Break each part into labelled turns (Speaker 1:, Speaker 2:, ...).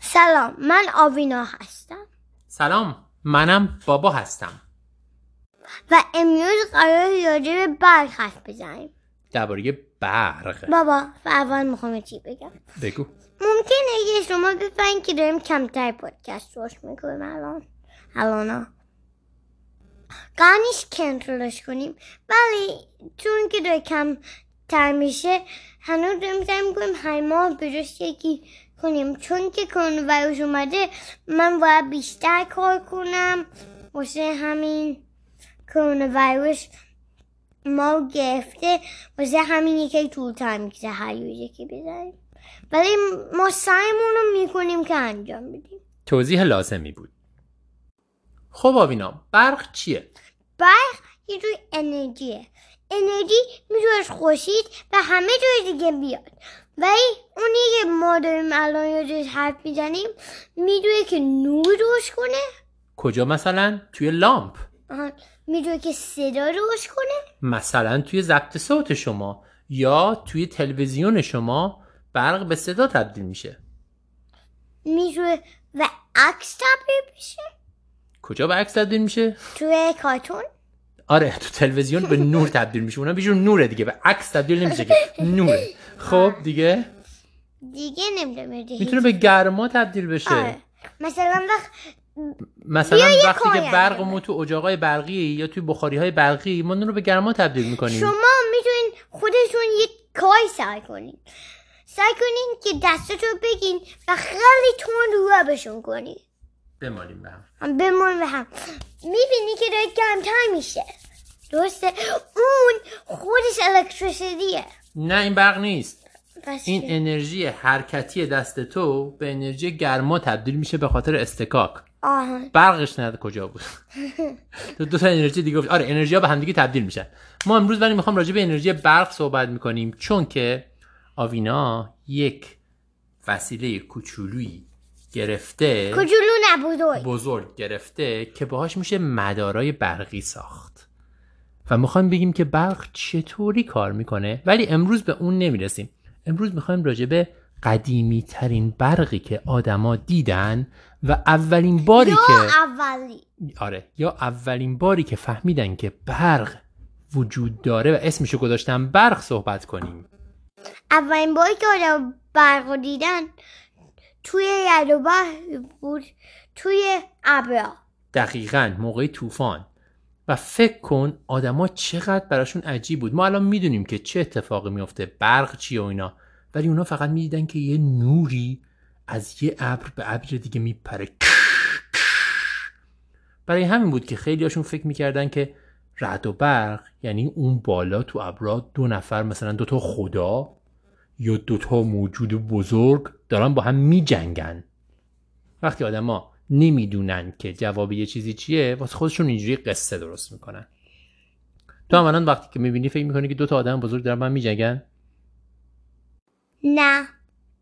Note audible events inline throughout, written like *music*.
Speaker 1: سلام من آوینا هستم
Speaker 2: سلام منم بابا هستم
Speaker 1: و امروز قرار راجع به برگ حرف بزنیم
Speaker 2: درباره برق
Speaker 1: بابا و اول میخوام چی بگم
Speaker 2: بگو
Speaker 1: ممکنه یه شما بفهمین که داریم کمتر پادکست روش میکنیم الان الان قرار نیست کنترلش کنیم ولی چون که داره کم تر میشه هنوز داریم سعی میکنیم هر ماه بجاش یکی کنیم چون که کرونا ویروس اومده من باید بیشتر کار کنم واسه همین کرونا ویروس ما رو گرفته واسه همین یکی طولتر میکشه هر روز یکی بزنیم ولی ما سعیمون رو میکنیم که انجام بدیم
Speaker 2: توضیح لازمی بود خب آوینا برق چیه
Speaker 1: برق یه جور انرژیه انرژی میتونه از خورشید و همه جای دیگه بیاد ولی اونی که ما داریم الان راجعش حرف میزنیم میدونه که نور روش کنه
Speaker 2: کجا مثلا توی لامپ
Speaker 1: آها، میدونه که صدا روش کنه
Speaker 2: مثلا توی ضبط صوت شما یا توی تلویزیون شما برق به صدا تبدیل میشه
Speaker 1: میدونه و عکس تبدیل بشه
Speaker 2: کجا به عکس تبدیل میشه
Speaker 1: توی کارتون
Speaker 2: آره تو تلویزیون به نور تبدیل میشه اونم بیشتر نوره دیگه به عکس تبدیل نمیشه که نوره خب دیگه
Speaker 1: دیگه نمیدونم
Speaker 2: میتونه به گرما تبدیل بشه
Speaker 1: آره. مثلا وقت
Speaker 2: مثلا
Speaker 1: یه
Speaker 2: وقتی که
Speaker 1: کاری انجام
Speaker 2: برقمون تو اجاقای برقی یا توی بخاری های برقی ما نون رو به گرما تبدیل میکنیم
Speaker 1: شما میتونین خودتون یک کاری سعی کنین سعی کنین که دستتون رو بگین و خیلی تون رو آبشون کنین
Speaker 2: بمالیم به هم
Speaker 1: هم بمون به هم میبینی که داره کمتر میشه درسته اون خودش الکتریسیتیه
Speaker 2: نه این برق نیست
Speaker 1: پس
Speaker 2: این
Speaker 1: چی؟
Speaker 2: انرژی حرکتی دست تو به انرژی گرما تبدیل میشه به خاطر استکاک
Speaker 1: آها
Speaker 2: برقش نه کجا
Speaker 1: *laughs*
Speaker 2: بود تو دو تا انرژی دیگه گفت آره انرژی ها به همدیگه تبدیل میشن ما امروز ولی میخوام راجع به انرژی برق صحبت میکنیم چون که آوینا یک وسیله کوچولویی گرفته
Speaker 1: کوچولو نبودوی
Speaker 2: بزرگ گرفته که باهاش میشه مدارای برقی ساخت و میخوایم بگیم که برق چطوری کار میکنه ولی امروز به اون نمیرسیم امروز میخوایم راجع به قدیمی ترین برقی که آدما دیدن و اولین باری که
Speaker 1: اولی
Speaker 2: آره یا اولین باری که فهمیدن که برق وجود داره و اسمشو گذاشتن برق صحبت کنیم
Speaker 1: اولین باری که آدم برق رو دیدن توی یلوبه بود توی ابرا
Speaker 2: دقیقا موقع طوفان و فکر کن آدما چقدر براشون عجیب بود ما الان میدونیم که چه اتفاقی میفته برق چیه و اینا ولی اونا فقط میدیدن که یه نوری از یه ابر به ابر دیگه میپره برای همین بود که خیلی هاشون فکر میکردن که رعد و برق یعنی اون بالا تو ابرا دو نفر مثلا دوتا خدا یا دوتا موجود بزرگ دارن با هم میجنگن وقتی آدما نمیدونن که جواب یه چیزی چیه واسه خودشون اینجوری قصه درست میکنن تو هم الان وقتی که میبینی فکر میکنی که دو تا آدم بزرگ دارن با هم میجنگن
Speaker 1: نه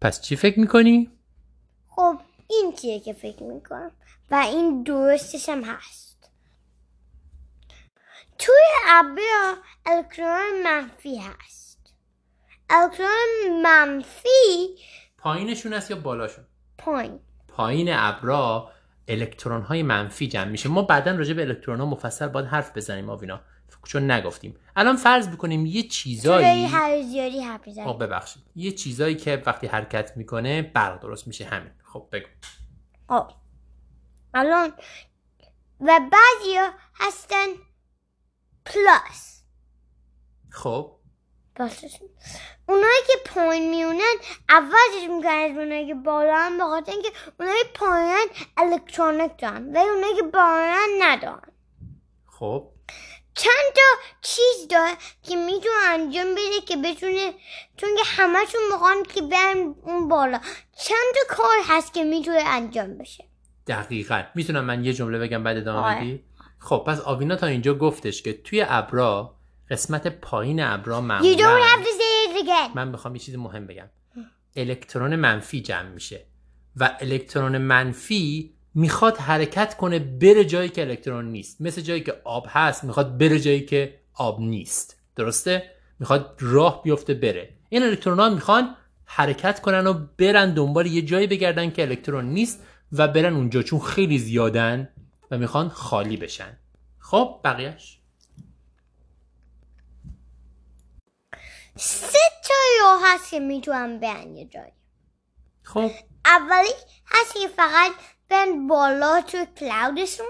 Speaker 2: پس چی فکر میکنی
Speaker 1: خب این چیه که فکر میکنم و این درستش هم هست توی ابرا الکترون منفی هست الکترون منفی
Speaker 2: پایینشون است یا بالاشون
Speaker 1: پایین
Speaker 2: پایین ابرا الکترون های منفی جمع میشه ما بعدا راجع به الکترون ها مفصل باید حرف بزنیم آوینا چون نگفتیم الان فرض بکنیم یه
Speaker 1: توی
Speaker 2: چیزایی
Speaker 1: هر زیادی حرف بزنی.
Speaker 2: آه ببخشید یه چیزایی که وقتی حرکت میکنه برق درست میشه همین خب بگو
Speaker 1: خب الان و بعضی هستن پلاس
Speaker 2: خب
Speaker 1: باشه اونایی که پایین میونن عوضش میکنن از اونایی که بالا هم به خاطر اینکه اونایی که پایینن الکترونیک دارن ولی اونایی که بالان ندارن
Speaker 2: خب
Speaker 1: چند تا چیز داره که میتونه انجام بده که بتونه چون که همشون میخوان که برن اون بالا چند تا کار هست که میتونه انجام بشه
Speaker 2: دقیقا میتونم من یه جمله بگم بعد ادامه
Speaker 1: آره.
Speaker 2: بدی خب پس آوینا تا اینجا گفتش که توی ابرا قسمت پایین ابرا
Speaker 1: You don't have
Speaker 2: معمولا
Speaker 1: to say it again
Speaker 2: من بخوام یه چیز مهم بگم الکترون منفی جمع میشه و الکترون منفی میخواد حرکت کنه بره جایی که الکترون نیست مثل جایی که آب هست میخواد بره جایی که آب نیست درسته میخواد راه بیفته بره این الکترون ها میخوان حرکت کنن و برن دنبال یه جایی بگردن که الکترون نیست و برن اونجا چون خیلی زیادن و میخوان خالی بشن خب بقیهش
Speaker 1: سه تا راه هست که میتونم برن یه جایی
Speaker 2: خب
Speaker 1: اولی هست که فقط برن بالا تو کلاودشون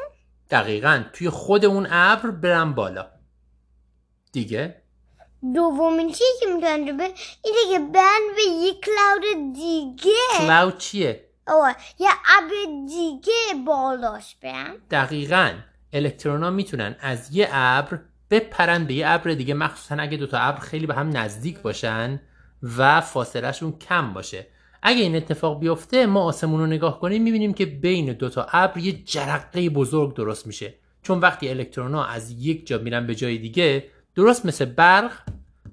Speaker 2: دقیقا توی خود اون ابر برن بالا دیگه
Speaker 1: دومین چیزی که میتونن رو برن اینه که برن به یه کلاود دیگه
Speaker 2: کلاود چیه
Speaker 1: آه، یه ابر دیگه بالاش برن
Speaker 2: دقیقا الکترون ها میتونن از یه ابر بپرن به یه ابر دیگه مخصوصا اگه دوتا ابر خیلی به هم نزدیک باشن و فاصلهشون کم باشه اگه این اتفاق بیفته ما آسمون رو نگاه کنیم میبینیم که بین دوتا ابر یه جرقه بزرگ درست میشه چون وقتی الکترون ها از یک جا میرن به جای دیگه درست مثل برق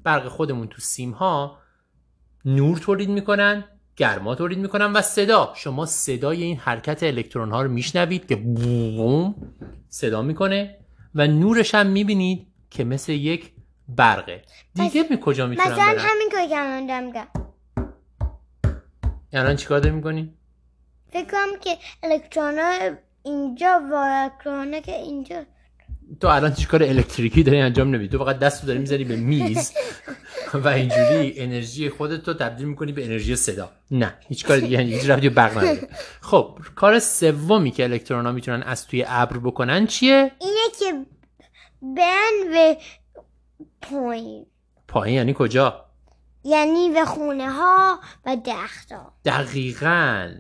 Speaker 2: برق خودمون تو سیم ها نور تولید میکنن گرما تولید میکنن و صدا شما صدای این حرکت الکترون ها رو میشنوید که بوم صدا میکنه و نورش هم میبینید که مثل یک برقه دیگه می کجا میتونم
Speaker 1: مثلا
Speaker 2: برم
Speaker 1: همین کاری که الان دارم میگم
Speaker 2: الان چیکار داری میکنی
Speaker 1: فکر کنم که الکترون ها اینجا و الکترون ها که اینجا
Speaker 2: تو الان چیکار الکتریکی داری انجام نمیدی تو فقط دستو داری میزنی به میز و اینجوری انرژی خودت رو تبدیل میکنی به انرژی صدا نه هیچ کار دیگه هیچ ربطی به برق نداره خب کار سومی که الکترون ها میتونن از توی ابر بکنن چیه
Speaker 1: اینه که بن به پایین
Speaker 2: پایین یعنی کجا
Speaker 1: یعنی به خونه ها و درخت ها
Speaker 2: دقیقا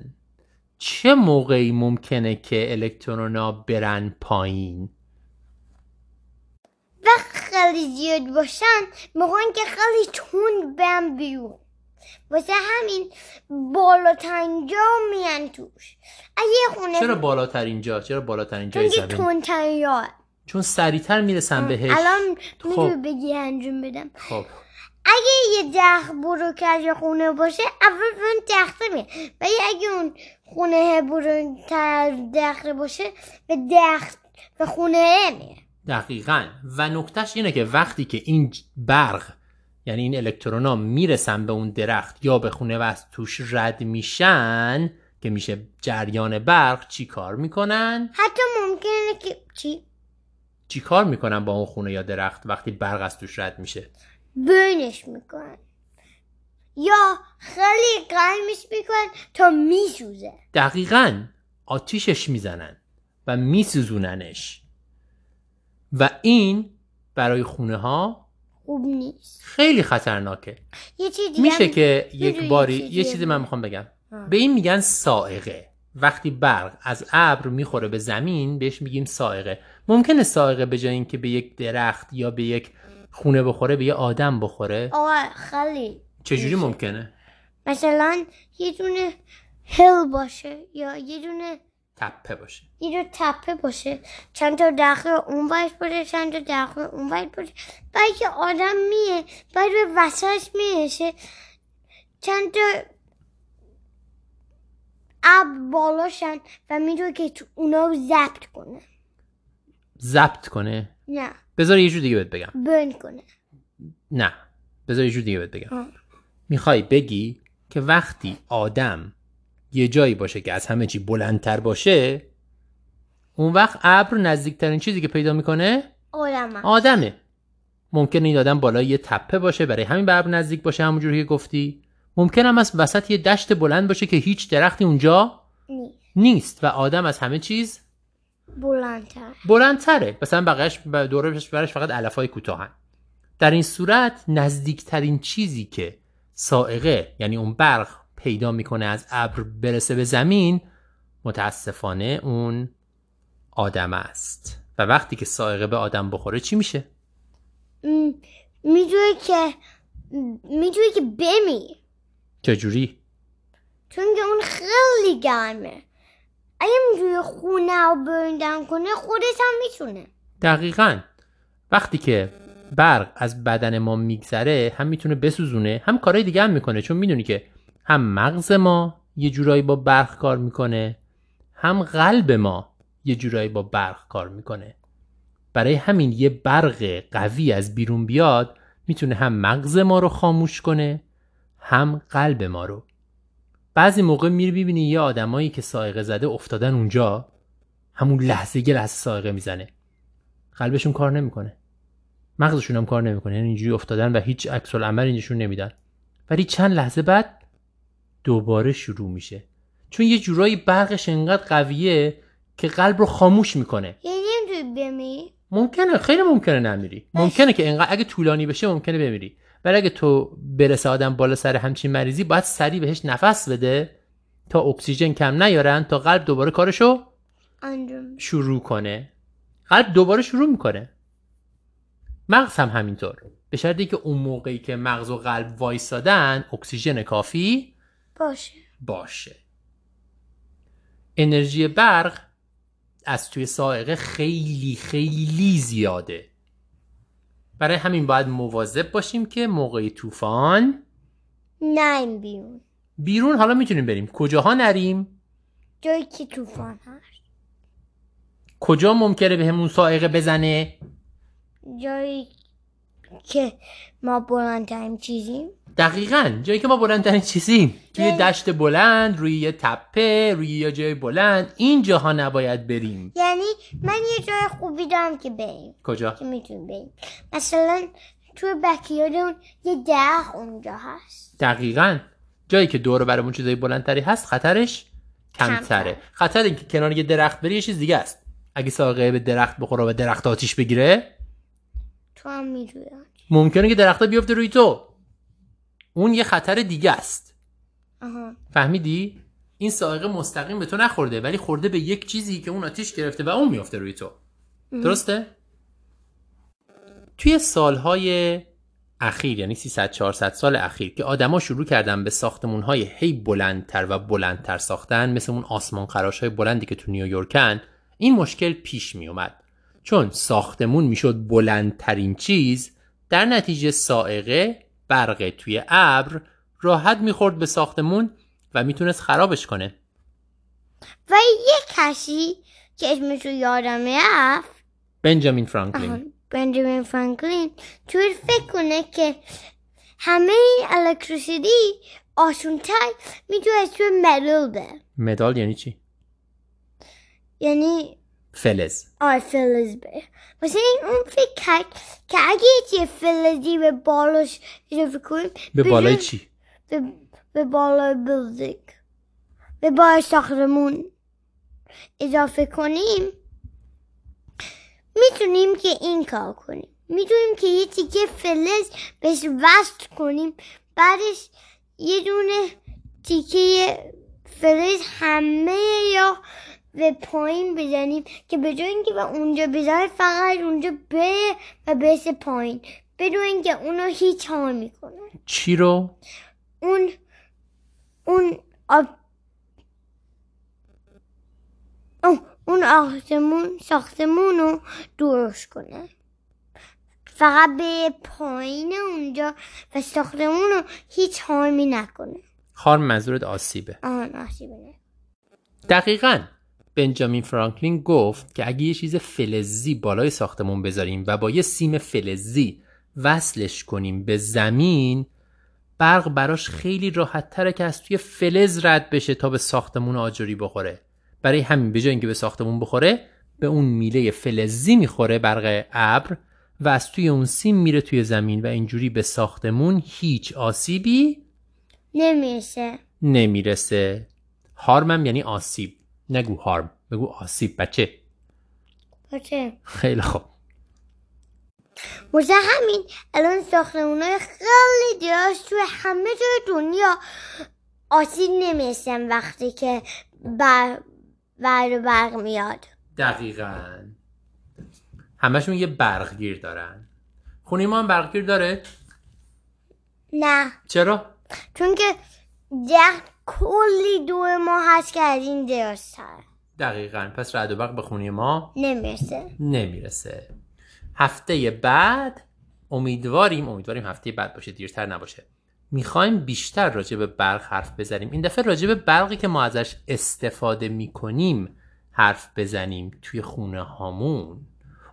Speaker 2: چه موقعی ممکنه که الکترون ها برن پایین
Speaker 1: خیلی زیاد باشن میخوان که خیلی تون بن بیرون واسه همین بالاترین جا میان توش اگه یه خونه
Speaker 2: چرا بالاترین جا چرا بالاترین
Speaker 1: چون
Speaker 2: جای
Speaker 1: که
Speaker 2: زمین
Speaker 1: تندترین راه
Speaker 2: چون سریعتر میرسن بهش
Speaker 1: الان
Speaker 2: خب.
Speaker 1: میتونی بگی انجام بدم
Speaker 2: خب
Speaker 1: اگه یه درخت بروکج خونه باشه اول به اون درخته میاد ولی اگه اون خونه بروکج درخته باشه به درخت به خونه میاد
Speaker 2: دقیقا و نکتهش اینه که وقتی که این ج- برق یعنی این الکترون ها میرسن به اون درخت یا به خونه و از توش رد میشن که میشه جریان برق چی کار میکنن؟
Speaker 1: حتی ممکنه که چی
Speaker 2: چی کار میکنن با اون خونه یا درخت وقتی برق از توش رد میشه؟
Speaker 1: بینش میکنن یا خیلی قایمش میکنن تا میسوزه
Speaker 2: دقیقا آتیشش میزنن و میسوزوننش و این برای خونه ها
Speaker 1: خوب نیست
Speaker 2: خیلی خطرناکه
Speaker 1: یه چیز دیگه
Speaker 2: میشه
Speaker 1: هم-
Speaker 2: که
Speaker 1: می‌دونی
Speaker 2: یک باری
Speaker 1: چیزی
Speaker 2: یه چیزی
Speaker 1: هم-
Speaker 2: من میخوام بگم
Speaker 1: آه.
Speaker 2: به این میگن سائقه وقتی برق از ابر میخوره به زمین بهش میگیم سائقه ممکنه سائقه به جای اینکه به یک درخت یا به یک خونه بخوره به یه آدم بخوره
Speaker 1: آه خیلی
Speaker 2: چجوری
Speaker 1: میشه.
Speaker 2: ممکنه
Speaker 1: مثلا یه دونه هل باشه یا یه دونه
Speaker 2: تپه باشه
Speaker 1: یه دو تپه باشه چند تا داخل اون باید باشه چند تا داخل اون باید باشه بعد که آدم میه بعد به وسطش میشه چند تا اب بالاشن و میدونه که تو اونا رو ضبط کنه
Speaker 2: ضبط کنه
Speaker 1: نه
Speaker 2: بذار یه جور دیگه بهت بگم
Speaker 1: برن کنه
Speaker 2: نه بذار یه جور دیگه بهت بگم
Speaker 1: آه.
Speaker 2: میخوای بگی که وقتی آدم یه جایی باشه که از همه چی بلندتر باشه اون وقت ابر نزدیکترین چیزی که پیدا میکنه
Speaker 1: آدم هم.
Speaker 2: آدمه ممکنه این آدم بالای یه تپه باشه برای همین به ابر نزدیک باشه همونجوری که گفتی ممکن هم از وسط یه دشت بلند باشه که هیچ درختی اونجا
Speaker 1: نیست
Speaker 2: نیست و آدم از همه چیز
Speaker 1: بلندتر
Speaker 2: بلندتره مثلا بقیهش دوره برش فقط علف های کوتاهن در این صورت نزدیکترین چیزی که سائقه یعنی اون برق پیدا میکنه از ابر برسه به زمین متاسفانه اون آدم است و وقتی که سائقه به آدم بخوره چی میشه
Speaker 1: میدونه که میدونه که بمی
Speaker 2: چجوری
Speaker 1: چون که اون خیلی گرمه اگه روی خونه رو برندم کنه خودش هم میتونه
Speaker 2: دقیقا وقتی که برق از بدن ما میگذره هم میتونه بسوزونه هم کارهای دیگه هم میکنه چون میدونی که هم مغز ما یه جورایی با برق کار میکنه هم قلب ما یه جورایی با برق کار میکنه برای همین یه برق قوی از بیرون بیاد میتونه هم مغز ما رو خاموش کنه هم قلب ما رو بعضی موقع میری ببینی یه آدمایی که سائقه زده افتادن اونجا همون لحظه یه لحظه سائقه میزنه قلبشون کار نمیکنه مغزشون هم کار نمیکنه یعنی اینجوری افتادن و هیچ عکس عمل نشون نمیدن ولی چند لحظه بعد دوباره شروع میشه چون یه جورایی برقش انقدر قویه که قلب رو خاموش میکنه
Speaker 1: یعنی نمیتونی بمیری
Speaker 2: ممکنه خیلی ممکنه نمیری ممکنه که انقدر اگه طولانی بشه ممکنه بمیری ولی اگه تو برسه آدم بالا سر همچین مریضی باید سریع بهش نفس بده تا اکسیژن کم نیارن تا قلب دوباره کارشو
Speaker 1: انجام
Speaker 2: شروع کنه قلب دوباره شروع میکنه مغز هم همینطور به شرطی که اون موقعی که مغز و قلب وایسادن اکسیژن کافی
Speaker 1: باشه
Speaker 2: باشه انرژی برق از توی سائقه خیلی خیلی زیاده برای همین باید مواظب باشیم که موقع طوفان
Speaker 1: نیم بیرون
Speaker 2: بیرون حالا میتونیم بریم کجاها نریم
Speaker 1: جایی که طوفان هست
Speaker 2: کجا ممکنه به همون سائقه بزنه
Speaker 1: جایی که ما بلندترین چیزیم
Speaker 2: دقیقا جایی که ما بلندترین چیزیم توی
Speaker 1: جایی-
Speaker 2: دشت بلند روی یه تپه روی یه جای بلند این جاها نباید بریم
Speaker 1: یعنی من یه جای خوبی دارم که بریم
Speaker 2: کجا
Speaker 1: که میتونیم بریم مثلا توی بکیارمون یه درخ اونجا هست
Speaker 2: دقیقا جایی که دور و برمون چیزای بلندتری هست خطرش کمتره
Speaker 1: کمتره.
Speaker 2: خطر اینکه کنار یه درخت بری یه چیز دیگه است اگه ساقه به درخت بخوره و به درخت آتیش بگیره
Speaker 1: تو هم میدونم
Speaker 2: ممکنه که درخت بیفته روی تو اون یه خطر دیگه است
Speaker 1: آها
Speaker 2: فهمیدی این سائقه مستقیم به تو نخورده ولی خورده به یک چیزی که اون آتیش گرفته و اون میفته روی تو درسته توی سالهای اخیر یعنی 300 400 سال اخیر که آدما شروع کردن به ساختمونهای هی بلندتر و بلندتر ساختن مثل اون آسمان خراش های بلندی که تو نیویورکن این مشکل پیش می اومد چون ساختمون میشد بلندترین چیز در نتیجه سائقه برق توی ابر راحت میخورد به ساختمون و میتونست خرابش کنه
Speaker 1: و یه کسی که اسمش رو یادم رفت
Speaker 2: بنجامین
Speaker 1: آها،
Speaker 2: فرانکلین
Speaker 1: بنجامین فرانکلین توی فکر کنه که همه این الکتریسیتی آسونتر میتونست توی مدل بره
Speaker 2: مدال یعنی چی
Speaker 1: یعنی
Speaker 2: فلز
Speaker 1: آی فلز بره واسه این اون فکر کرد که اگه یه فلزی به بالاش اضافه کنیم
Speaker 2: به
Speaker 1: بشه-
Speaker 2: بالای چی
Speaker 1: به, به بالای بلدینگ به بالای ساختمون اضافه کنیم میتونیم که این کار کنیم میتونیم که یه تیکه فلز بهش وصل کنیم بعدش یه دونه تیکه فلز همه یا به پایین بزنیم که به جای اینکه به اونجا بذاره فقط اونجا بره و برسه پایین بدون اینکه اونو هیچ حال میکنه
Speaker 2: چی رو
Speaker 1: اون اون آب اون- اون آسمون ساختمون رو درست کنه فقط به پایین اونجا و ساختمون رو هیچ حامی نکنه
Speaker 2: خار منظورت آسیبه
Speaker 1: آن آسیب نه
Speaker 2: دقیقا بنجامین فرانکلین گفت که اگه یه چیز فلزی بالای ساختمون بذاریم و با یه سیم فلزی وصلش کنیم به زمین برق براش خیلی راحت تره که از توی فلز رد بشه تا به ساختمون آجری بخوره برای همین به جای اینکه به ساختمون بخوره به اون میله فلزی میخوره برق ابر و از توی اون سیم میره توی زمین و اینجوری به ساختمون هیچ آسیبی
Speaker 1: نمیرسه
Speaker 2: نمیرسه هارمم یعنی آسیب نگو هارم بگو آسیب بچه
Speaker 1: باشه
Speaker 2: خیلی خوب
Speaker 1: واسه همین الان ساختمون های خیلی دراز توی همه جای دنیا آسیب نمیرسن وقتی که بر بر برق میاد
Speaker 2: دقیقا همشون یه برقگیر دارن خونه ما هم برقگیر داره
Speaker 1: نه
Speaker 2: چرا؟
Speaker 1: چون که درخت کلی دور ما هست که از این درازتر
Speaker 2: دقیقا پس رعد و برق به خونه ما
Speaker 1: نمیرسه
Speaker 2: نمیرسه هفته بعد امیدواریم امیدواریم هفته بعد باشه دیرتر نباشه میخوایم بیشتر راجع به برق حرف بزنیم این دفعه راجع به برقی که ما ازش استفاده میکنیم حرف بزنیم توی خونه هامون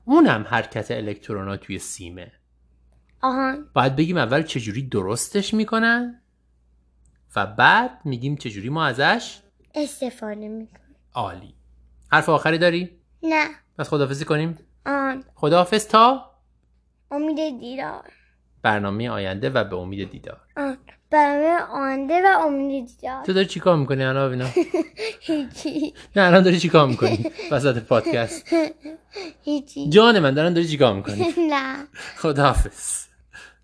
Speaker 2: اونم حرکت الکترونا توی سیمه
Speaker 1: آهان
Speaker 2: باید بگیم اول چجوری درستش میکنن و بعد میگیم چجوری ما ازش
Speaker 1: استفاده میکنه
Speaker 2: عالی حرف آخری داری؟
Speaker 1: نه
Speaker 2: پس خداحافظی کنیم
Speaker 1: آن
Speaker 2: خداحافظ تا
Speaker 1: امید دیدار
Speaker 2: برنامه آینده و به امید دیدار
Speaker 1: آن برنامه آنده و امید دیدار
Speaker 2: تو داری چیکار میکنی الان آبینا
Speaker 1: هیچی
Speaker 2: نه الان داری چیکار میکنی وسط پادکست
Speaker 1: هیچی *laughs*
Speaker 2: جان من دارن داری چیکار میکنی
Speaker 1: نه
Speaker 2: خداحافظ